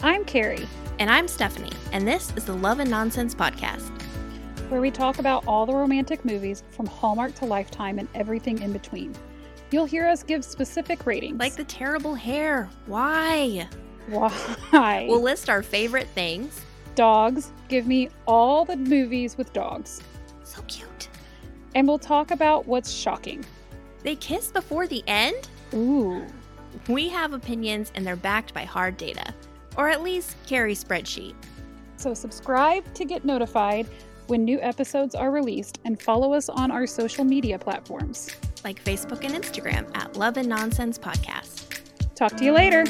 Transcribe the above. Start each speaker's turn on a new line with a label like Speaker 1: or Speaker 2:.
Speaker 1: I'm Carrie,
Speaker 2: And I'm Stephanie, and this is the Love and Nonsense Podcast.
Speaker 1: where we talk about all the romantic movies from Hallmark to Lifetime and everything in between. You'll hear us give specific ratings.
Speaker 2: Like the terrible hair. Why?
Speaker 1: why?
Speaker 2: We'll list our favorite things.
Speaker 1: dogs. Give me all the movies with dogs.
Speaker 2: So cute.
Speaker 1: And we'll talk about what's shocking.
Speaker 2: They kiss before the end?
Speaker 1: Ooh.
Speaker 2: We have opinions, and they're backed by hard data, or at least Carrie's spreadsheet.
Speaker 1: So subscribe to get notified when new episodes are released and follow us on our social media platforms.
Speaker 2: like Facebook and Instagram at Love and Nonsense Podcast.
Speaker 1: Talk to you later.